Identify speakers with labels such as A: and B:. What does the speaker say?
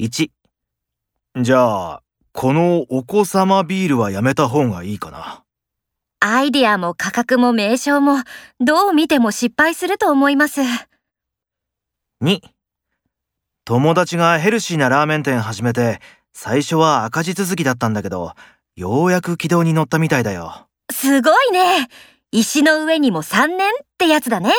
A: 1じゃあ、このお子様ビールはやめた方がいいかな。
B: アイディアも価格も名称も、どう見ても失敗すると思います。
A: 2友達がヘルシーなラーメン店始めて、最初は赤字続きだったんだけど、ようやく軌道に乗ったみたいだよ。
B: すごいね石の上にも3年ってやつだね。